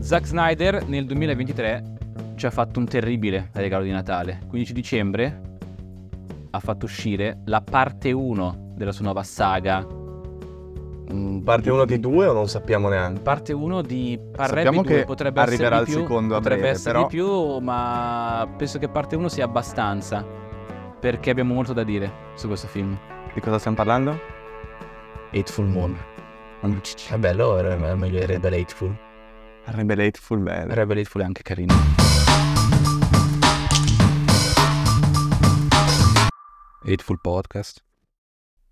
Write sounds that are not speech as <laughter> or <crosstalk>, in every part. Zack Snyder nel 2023 ci ha fatto un terribile regalo di Natale. 15 dicembre ha fatto uscire la parte 1 della sua nuova saga. Mm, Parte uno di due o non sappiamo neanche? Parte 1 di Parrebbe Sappiamo 2 che potrebbe arriverà essere di il più, secondo a potrebbe breve, essere però- di più, ma penso che parte 1 sia abbastanza perché abbiamo molto da dire su questo film. Di cosa stiamo parlando? Hateful Moon. È bello, è è meglio di Rebel Hateful. Rebel Hateful Bell. Rebel Hateful è anche carino. Hateful Podcast.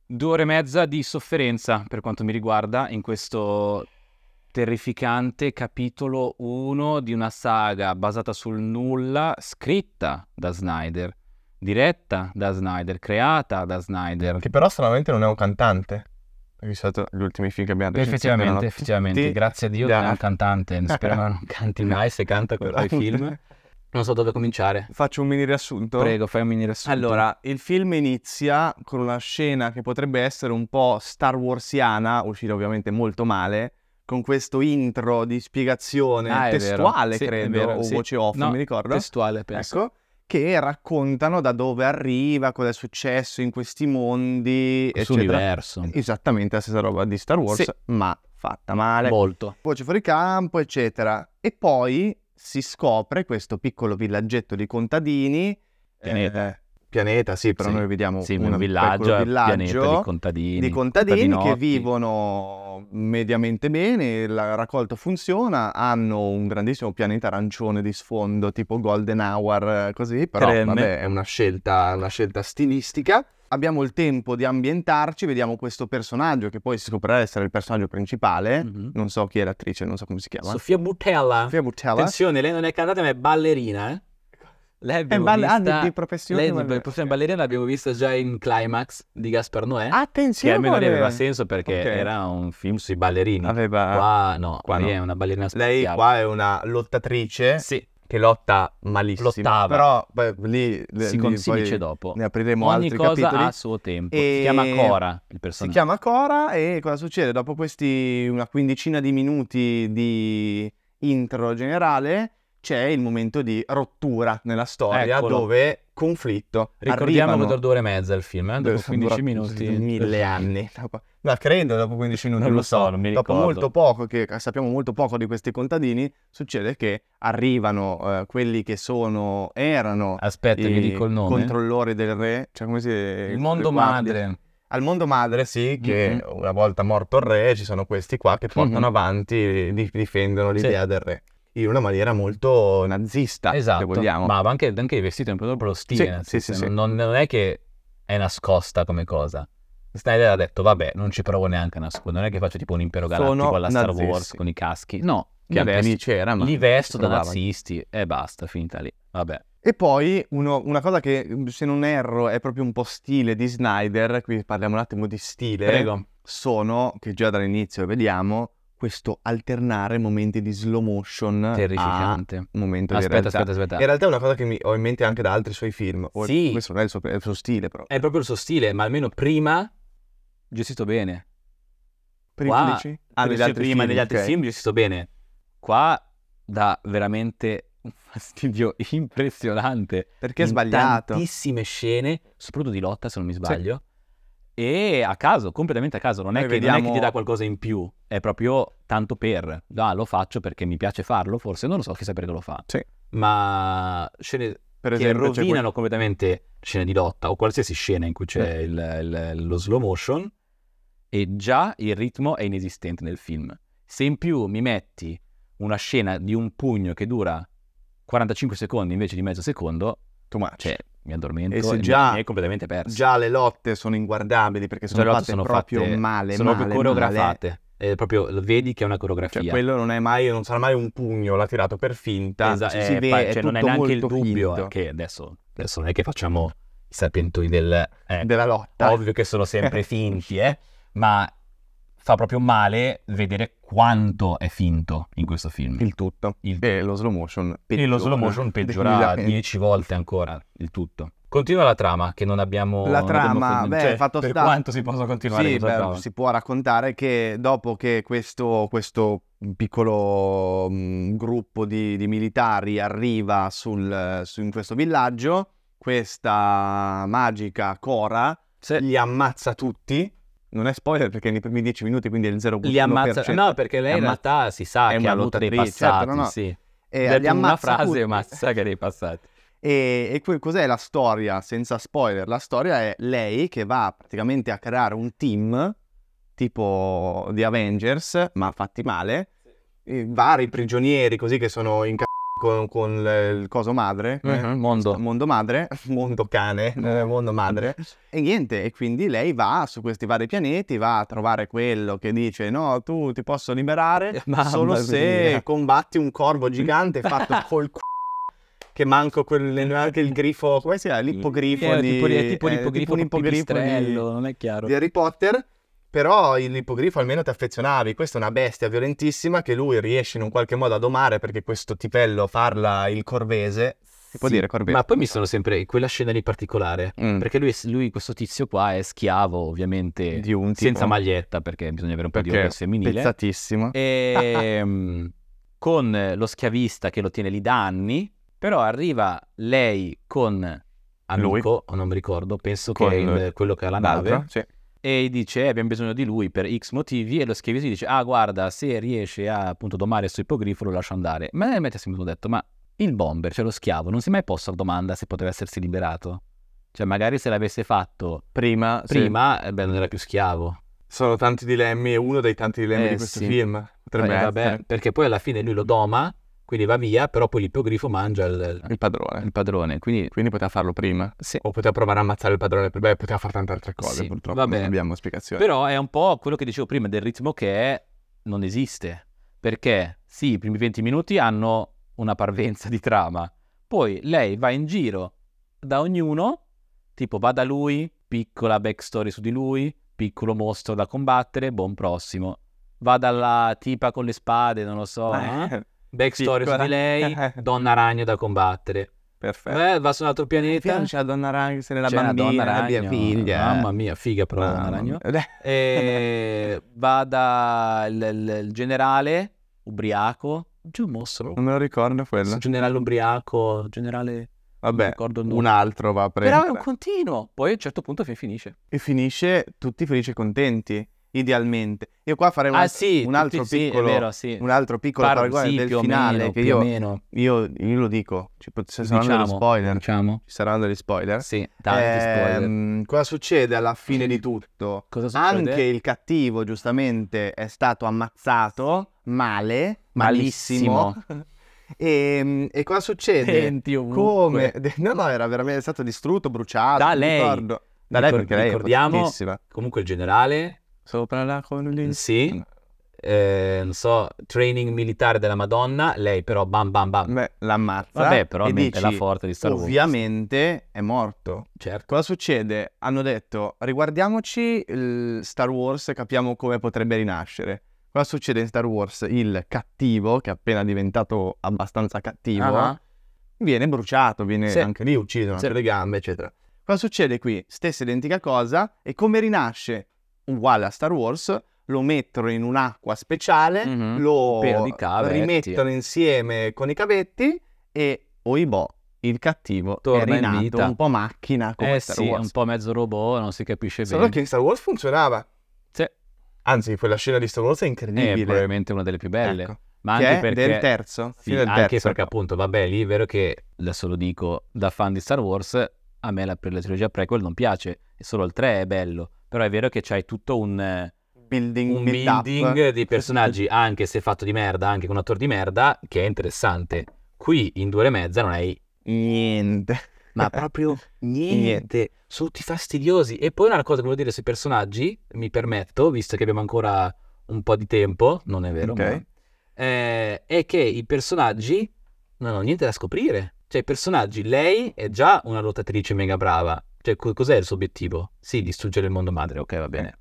Due ore e mezza di sofferenza per quanto mi riguarda in questo terrificante capitolo 1 di una saga basata sul nulla, scritta da Snyder, diretta da Snyder, creata da Snyder. Che però stranamente non è un cantante. Perché di solito gli ultimi film che abbiamo recensito erano Effettivamente, effettivamente, tutti- grazie a Dio che è un da- cantante, <laughs> spero non canti mai se canta <laughs> con i film. Non so dove cominciare. Faccio un mini riassunto. Prego, fai un mini riassunto. Esatto. Allora, il film inizia con una scena che potrebbe essere un po' Star Warsiana, uscita ovviamente molto male, con questo intro di spiegazione Ah, è vero. testuale, Sì, è credo, vero, o sì. voce off, No, non mi ricordo. testuale, penso. Ecco, che raccontano da dove arriva, cosa è successo in questi mondi, Questo eccetera. universo. Esattamente la stessa roba di Star Wars, Sì. Boh. ma fatta male Molto. voce fuori campo, eccetera. E poi si scopre questo piccolo villaggetto di contadini. Pianeta. eh, pianeta, sì, però Sì. noi vediamo Sì, ecco, un un villaggio, piccolo pianeta villaggio di contadini. di contadini che contadinotti. vivono mediamente bene, la raccolta funziona, hanno un grandissimo pianeta arancione di sfondo, tipo Golden Hour, eh, così, però Tremme. vabbè, è una scelta, una scelta stilistica. Eh, Abbiamo il tempo di ambientarci, vediamo questo personaggio che poi si scoprirà essere il personaggio principale, Mhm. non so chi è l'attrice, non so come si chiama. Sofia Butella. Sofia Butella. Attenzione, lei non è cantante ma è ballerina, eh. Lei È abbiamo balla- ah, vista... di, di professione. lei di vabbè. professione ballerina l'abbiamo vista già in Climax di Gaspar Noè. che Attenzione. almeno lì aveva senso perché Ah, Ok. era un film sui ballerini. Aveva- Qua no, qua lei no. è una ballerina Lei spaziale. qua è una lottatrice Sì, che lotta malissimo. Lottava. Però beh, lì, si, lì con- si poi dice dopo. ne apriremo Ogni altri cosa capitoli. ha il suo tempo. E- Si chiama Cora il Si personaggio. chiama Cora e cosa succede? Dopo questi una quindicina di minuti di intro generale c'è il momento di rottura nella storia Eccolo. dove conflitto. Ricordiamo Arrivano- che dura due ore e mezza il film, eh? dopo Dove 15 dura minuti. Mille anni. Dopo- Ma credo dopo 15 minuti, Non lo non lo so, so. non mi dopo ricordo. molto poco, che sappiamo molto poco di questi contadini, succede che arrivano eh, quelli che sono, erano Aspetta, vi dico il nome. controllori del re, cioè come si il mondo le guardie. madre. Al mondo madre, sì, che una volta morto il re ci sono questi qua che portano Mhm. avanti e di- difendono l'idea del re. In una maniera molto nazista, Ah, se Esatto. vogliamo. Ma anche, anche il vestito è proprio lo stile. Sì, nel sì, senso, sì, sì. Non, non è che è nascosta come cosa. Snyder ha detto, vabbè, non ci provo neanche a nascondere. Non è che faccio tipo un impero Sono galattico alla Star nazisti. Wars con i caschi. No, che li anche lì vesto, c'era, ma li vesto da provavano. nazisti e basta, finita lì. Vabbè. E poi uno- una cosa che, mhmm, se non erro, è proprio un po' stile di Snyder, qui parliamo un attimo di stile, Prego. sono, che già dall'inizio vediamo, questo alternare momenti di slow motion ah. a Terrificante. momento di Aspetta, realtà. aspetta, aspetta. In realtà è una cosa che mi- ho in mente anche da altri suoi film. O- Sì. Questo non è il suo, è il suo stile, però. È proprio il suo stile, ma almeno prima gestito bene. Qua- dici? Ah, Quello negli che altri prima film, negli altri ok. film gestito bene. Qua dà veramente un fastidio <laughs> impressionante. Perché è In sbagliato. Tantissime scene, soprattutto di lotta se non mi sbaglio. E a caso, completamente a caso, non è, Noi che, Eh, non è che vediamo- ti dà qualcosa in più, è proprio tanto per. Ah, lo faccio perché mi piace farlo, forse non lo so, chissà perché lo fa. Sì. Ma scene Per che esempio, c'è quel- rovinano completamente scene di lotta o qualsiasi scena in cui c'è il- il- lo slow motion e già il ritmo è inesistente nel film. Se in più mi metti una scena di un pugno che dura 45 secondi invece di mezzo secondo, too much. cioè mi addormento E e, già, se già- mi è completamente perso. Già le lotte sono inguardabili perché Già sono le lotte fatte proprio fatte- male, sono male, proprio male. coreografate, Eh, proprio lo vedi che è una coreografia. Cioè, quello non è mai, non sarà mai un pugno, l'ha tirato per finta. Esa- ci eh, si vede, pa- è cioè, tutto non è neanche il molto dubbio finto eh, che adesso, adesso non è che facciamo i serpentoni del eh, della lotta. ovvio che sono <laughs> sempre finti, eh, ma fa proprio male vedere quanto è finto in questo film. Il tutto. Il- E lo slow motion <laughs> E lo slow motion peggiora Definitivamente. 10 volte ancora il tutto. Continua la trama, che non abbiamo... La non abbiamo trama, fin- beh, cioè, fatto per sta- quanto si possa continuare Sì, questa beh, trama? si può raccontare che dopo che questo, questo piccolo mh, gruppo di, di militari arriva sul- su- in questo villaggio, questa magica Cora Se- li ammazza tutti. Non è spoiler perché nei primi 10 minuti quindi è il 0,1%. Li ammazza... No, perché lei in Li ammazza- realtà si sa è che una ha avuto dei lottatrice, certo, passati, no, no. sì. e Ha detto Eh, li una ammazza frase, tutti. ma sa che dei passati. E, e que- cos'è la storia? Senza spoiler, la storia è lei che va praticamente a creare un team tipo di Avengers, ma fatti male, e vari prigionieri così che sono in c***o con, con il, il coso madre, eh, Mhm, mondo. mondo madre, <laughs> mondo cane, eh, mondo madre. E niente, e quindi lei va su questi vari pianeti, va a trovare quello che dice no, tu ti posso liberare <laughs> Mamma solo se mia. combatti <laughs> un corvo gigante fatto col c***o che manco quel, neanche il grifo, come si chiama? L'ippogrifo Eh, di... tipo, è tipo eh, l'ippogrifo, un tipo ippogrifo di, pipistrello, non è chiaro. di Harry Potter. Però il- l'ippogrifo almeno ti affezionavi, questa è una bestia violentissima che lui riesce in un qualche modo a domare perché questo tipello parla il corvese. Si può Sì, dire corvese? Ma poi mi sono sempre quella scena lì particolare. Mm. Perché lui, è- lui, questo tizio qua, è schiavo, ovviamente, Di un tipo senza maglietta, perché bisogna avere un po' di Perché orgoglio femminile. Pezzatissimo. E, mm, con lo schiavista che lo tiene lì da anni, però arriva lei con amico, o non mi ricordo, penso Con che è il- quello che ha la nave, Sì. e dice eh, abbiamo bisogno di lui per X motivi, e lo schiavista gli dice, ah guarda, se riesce a appunto domare il suo ippogrifo lo lascio andare. Ma nel mentre mi sono detto, ma il bomber, cioè lo schiavo, non si è mai posto la domanda se poteva essersi liberato? Cioè magari se l'avesse fatto Prima, sì. prima, eh, beh, non era più schiavo. Sono tanti dilemmi, è uno dei tanti dilemmi Eh, di questo sì. film. Potrebbe Eh, essere. vabbè, perché poi alla fine lui lo doma, quindi va via, però poi l'ippogrifo mangia il, il padrone. il padrone. Quindi Quindi poteva farlo prima. Sì. O poteva provare a ammazzare il padrone. Beh, poteva fare tante altre cose, Sì, purtroppo. vabbè. Non abbiamo spiegazioni. Però è un po' quello che dicevo prima del ritmo che è- non esiste. Perché sì, i primi 20 minuti hanno una parvenza di trama. Poi lei va in giro da ognuno, tipo va da lui, piccola backstory su di lui, piccolo mostro da combattere, buon prossimo. Va dalla tipa con le spade, non lo <laughs> so, eh? backstory su piccola. di lei, <laughs> donna ragno da combattere. Perfetto. Eh, va su un altro pianeta, c'è la donna Rangs nella C'è la bambina, donna la mia ragno. figlia. Mamma mia, Eh, figa però donna ragno. E va da il, il- il generale ubriaco. Giù un mostro. Non me lo ricordo quello. Generale ubriaco, generale. non Vabbè, ricordo il nome. un altro va a Però prendere. è un continuo. Poi a un certo punto fin- finisce. E finisce tutti felici e contenti, idealmente. Io qua farei un, ah, altro- sì, un altro tutti- sì, piccolo... è vero, sì. Un altro piccolo Parlo- paragone sì, del più o finale meno, che più o io, meno. io, io lo dico, ci, pot- ci saranno Diciamo, degli spoiler, Diciamo. ci saranno degli spoiler. Sì, tanti <laughs> spoiler. Ehm, Cosa succede alla <laughs> fine di tutto? Cosa succede? Anche il cattivo, giustamente, è stato ammazzato male, malissimo. <laughs> e, e cosa succede? Senti ovunque. Come? De- No, no, era veramente stato distrutto, bruciato. Da non lei. ricordo. Da lei Ricor- perché lei ricordiamo- è fortissima. Comunque il generale, Sopra la collina. sì. Eh, non so, training militare della Madonna. Lei però bam bam bam. Beh, l'ammazza. Vabbè, però e mente la dici, forte di Star Wars. Ovviamente è morto. Certo. Cosa succede? Hanno detto, riguardiamoci il Star Wars e capiamo come potrebbe rinascere. Cosa succede in Star Wars? Il cattivo, che è appena diventato abbastanza cattivo, Ah, viene bruciato, viene Sì. eh, anche lì uccidono Sì. Eh, anche le gambe, eccetera. Cosa succede qui? Stessa identica cosa e come rinasce? Uguale a Star Wars, lo mettono in un'acqua speciale, Mhm. lo Pieno di cavetti. rimettono insieme con i cavetti e oibò, il cattivo Torna in è rinato vita. un po' macchina come eh Star sì, è Wars. un po' mezzo robot, non si capisce Solo bene. che in Star Wars funzionava. Sì, Anzi, quella scena di Star Wars è è incredibile. Eh, probabilmente una delle più belle. Ecco. Ma Che anche è perché... del terzo, sì, fine del anche terzo. perché appunto, vabbè, lì è vero che, adesso lo dico, da fan di Star Wars, a me la, per la trilogia prequel non piace, e solo il 3 è bello. Però è vero che c'hai tutto un, eh, building, un build up. building di personaggi, anche se fatto di merda, anche con un attore di merda, che è interessante. Qui in due ore e mezza non hai Niente. ma proprio niente, sono tutti fastidiosi. E poi una cosa che volevo dire sui personaggi, mi permetto, visto che abbiamo ancora un po' di tempo, non è vero, Ok. ma, eh, è che i personaggi non hanno niente da scoprire. Cioè, i personaggi, lei è già una lottatrice mega brava. Cioè, co- cos'è il suo obiettivo? Sì, distruggere il mondo madre, ok, va bene.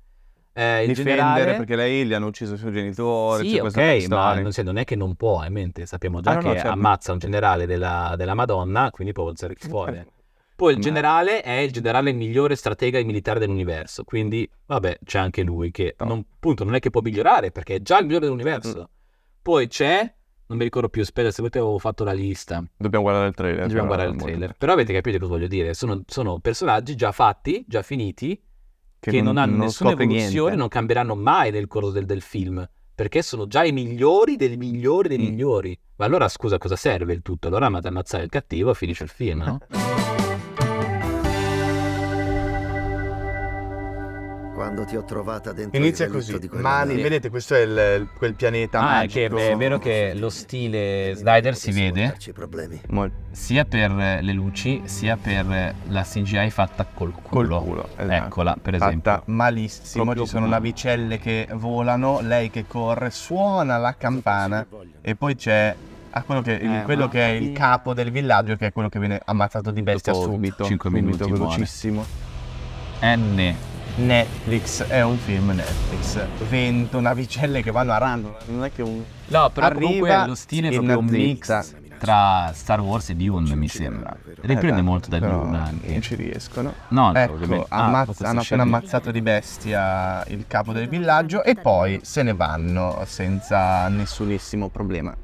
Eh, il Difendere generale... perché lei gli hanno ucciso i suoi genitori. Sì, c'è questa ok, ma storia. non, cioè, non è che non può, eh, mente, sappiamo già Ah, no, che no, certo. ammazza un generale della, della Madonna, quindi può alzare il fuori. Eh, certo. Poi il Ma- generale è il generale migliore stratega e militare dell'universo, quindi vabbè c'è anche lui che No. non, appunto non è che può migliorare perché è già il migliore dell'universo. Poi c'è, non mi ricordo più, aspetta se volete avevo fatto la lista, Dobbiamo guardare il trailer. dobbiamo guardare il trailer, però avete capito cosa voglio dire, sono, sono personaggi già fatti, già finiti, che, non, hanno nessuna scopre niente. evoluzione, non cambieranno mai nel corso del, del film, perché sono già i migliori dei migliori dei Mm. migliori. Ma allora scusa cosa serve il tutto? Allora ma ad ammazzare il cattivo e finisce il film, no? Quando ti ho trovata dentro Inizia il relitto così. di quella Mani, nave, vedete, questo è il- quel pianeta Ah, è che magico. è vero che lo stile Snyder si potessimo vede darci problemi. Mol- sia per eh, le luci, sia per eh, la CGI fatta col Col culo. culo. esatto. Eccola, per Fatta esempio. malissimo, Proprio- ci sono navicelle che volano, lei che corre, suona la campana e poi c'è ah, quello, che, il- Eh, quello ma- che è il capo del villaggio che è quello che viene ammazzato di bestia Dopo subito, cinque subito, minuti muore. velocissimo. N. Netflix è un film Netflix, vento, navicelle che vanno a random, non è che un No, però Arriva comunque lo stile è in proprio un dritta. mix tra Star Wars e Dune, mi sembra. Riprende Eh, molto da però Dune Non anche. ci riescono. No, no, Ecco, ovviamente- ah, ammazz- forse hanno Shelby. appena ammazzato di bestia il capo del villaggio e poi se ne vanno senza nessunissimo problema.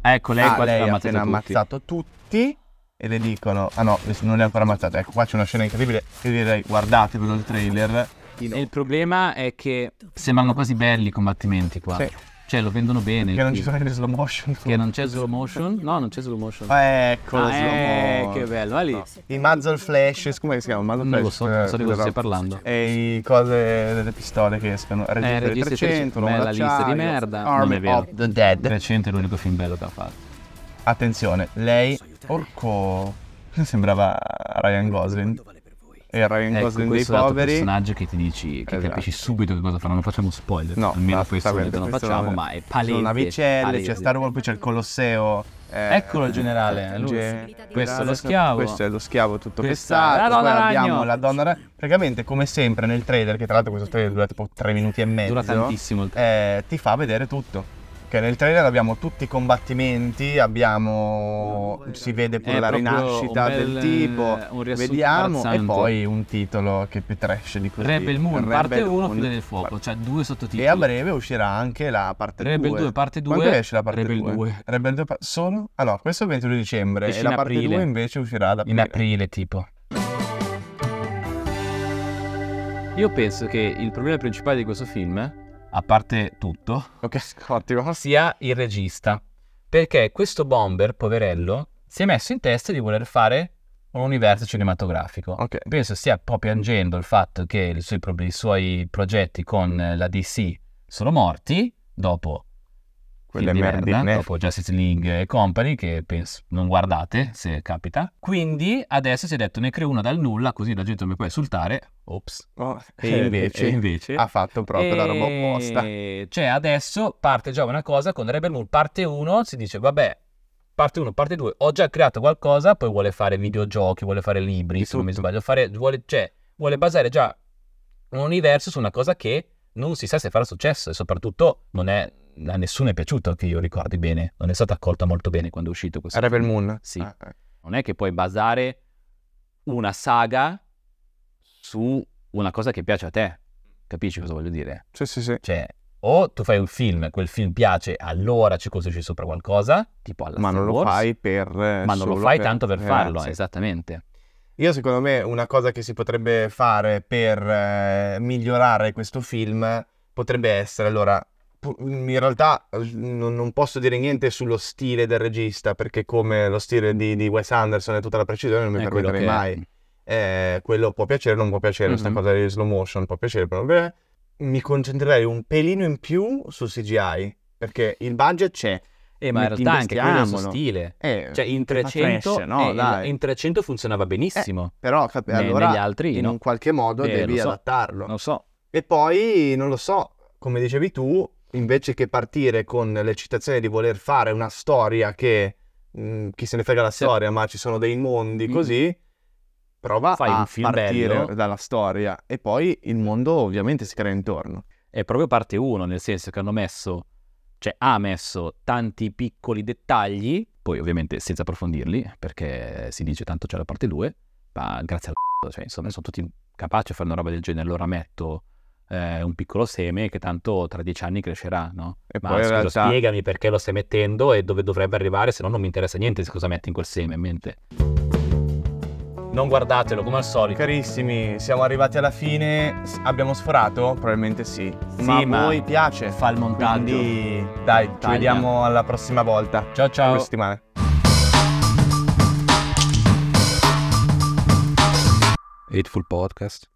Ecco, lei Ah, qua lei ha ha ammazzato appena tutti. ammazzato tutti e le dicono, ah no, non le ha ancora ammazzate. Ecco, qua c'è una scena incredibile che direi guardatevelo il trailer. E il problema è che Sembrano quasi belli i combattimenti qua. Sì. Cioè, lo vendono bene. Che non ci qui. sono le slow motion. Che non c'è slow motion? No, non c'è slow motion. Ah, Ecco, lo Ah, slow eh, motion. che bello, ma lì I muzzle flash, come si chiama? Muzzle Non lo flash, so, eh, non so di cosa però- stai parlando. E i cose delle pistole che escono. Registri Eh, registri 300, bella Uomo lista di d'acciaio, merda. Army Non è vero. of the Dead. Recente è l'unico film bello che ha fatto. Attenzione, lei, orco, <laughs> sembrava Ryan Gosling. E Ryan Ecco, Gosling dei questo è l'altro poveri. personaggio che ti dici, che Esatto. capisci subito che cosa faranno. Non facciamo spoiler. No, almeno no, questo sta bene, non questo facciamo, no. ma è Ci palese. sono navicelle, palese. c'è Star Wars, poi c'è il Colosseo. eh, Eccolo il generale, è lui. generale. Questo è lo schiavo. Questo è lo schiavo tutto Questa è pestato. la donna Poi ragno. abbiamo la donna ra- Praticamente, come sempre nel trailer, che tra l'altro questo trailer dura tipo 3 minuti e mezzo. Dura tantissimo il eh, ti fa vedere tutto. Che nel trailer abbiamo tutti i combattimenti, abbiamo. si vede pure È la proprio rinascita un bel, del tipo. eh, un riassunto Vediamo. E imbarazzante. poi un titolo che più trash di così. Rebel Moon, parte Rebel 1, Moon. Fede del Fuoco, cioè due sottotitoli. E a breve uscirà anche la parte 2. Rebel 2, parte 2. Quando esce la parte Rebel 2? 2. Rebel 2 pa- solo? Ah no, questo è il 22 dicembre Esce e la in parte aprile. 2 invece uscirà da In aprile, tipo. io penso che il problema principale di questo film A parte tutto, Ok, <laughs> ottimo. sia il regista. Perché questo bomber, poverello, si è messo in testa di voler fare un universo cinematografico. Ok. Penso stia un po' piangendo il fatto che i suoi, pro- i suoi progetti con eh, la DC sono morti dopo Quelle film di merdine. merda, dopo Justice League e Company, che penso non guardate se capita. Quindi adesso si è detto ne creo una dal nulla, così la gente non mi può esultare. Ops. Oh, <laughs> E invece, Ah, e invece invece ha fatto proprio la roba e- opposta. Cioè, adesso parte già una cosa con Rebel Moon parte 1, si dice vabbè, parte 1, parte 2, ho già creato qualcosa, poi vuole fare videogiochi, vuole fare libri, se non mi sbaglio, fare- vuole, cioè, vuole basare già un universo su una cosa che non si sa se farà successo e soprattutto non è, a nessuno è piaciuto, che io ricordi bene, non è stata accolta molto bene quando è uscito questo. Rebel film. Moon? Sì. Ah, eh. Non è che puoi basare una saga su una cosa che piace a te, capisci cosa voglio dire? Sì, sì, sì. Cioè, o tu fai un film, quel film piace, allora ci costruisci sopra qualcosa, tipo alla Ma Star non lo Wars, fai per... eh, ma non lo fai tanto per farlo, eh, esattamente. Io secondo me una cosa che si potrebbe fare per eh, migliorare questo film potrebbe essere, allora, pu- in realtà eh, non, non posso dire niente sullo stile del regista, perché come lo stile di, di Wes Anderson e tutta la precisione non mi È quello permetterei che è. mai. Eh, quello può piacere, non può piacere, questa Mhm. cosa di slow motion può piacere, però beh, mi concentrerei un pelino in più sul CGI, perché il budget c'è. Eh, ma in realtà anche quello è il suo Mettiamolo. stile. Eh, Cioè, in tema 300, trash, no, eh, dai. in 300 funzionava benissimo, Però cap- ne- negli allora altri in no. un qualche modo Eh, devi lo so. adattarlo. Non so. E poi, non lo so, come dicevi tu, invece che partire con l'eccitazione di voler fare una storia che mh, chi se ne frega la storia, ma ci sono dei mondi Mm. Ah, così, prova Fai a un film partire bello. dalla storia. E poi il mondo ovviamente si crea intorno. È proprio parte 1, nel senso che hanno messo, cioè ha messo tanti piccoli dettagli, poi ovviamente senza approfondirli, perché si dice tanto c'è la parte 2, ma grazie al c***o, cioè, insomma, sono tutti capaci a fare una roba del genere, allora metto eh, un piccolo seme che tanto tra dieci anni crescerà, no? E Ma poi in scusa, realtà spiegami perché lo stai mettendo e dove dovrebbe arrivare, se no non mi interessa niente se cosa metti in quel seme, mente. Non guardatelo, come al solito. Carissimi, siamo arrivati alla fine. S- Abbiamo sforato? Probabilmente sì. Sì, ma a ma- voi piace? Fa il montaggio. Quindi dai, ci Taglia. vediamo alla prossima volta. Ciao ciao. Due settimane. Hateful Podcast.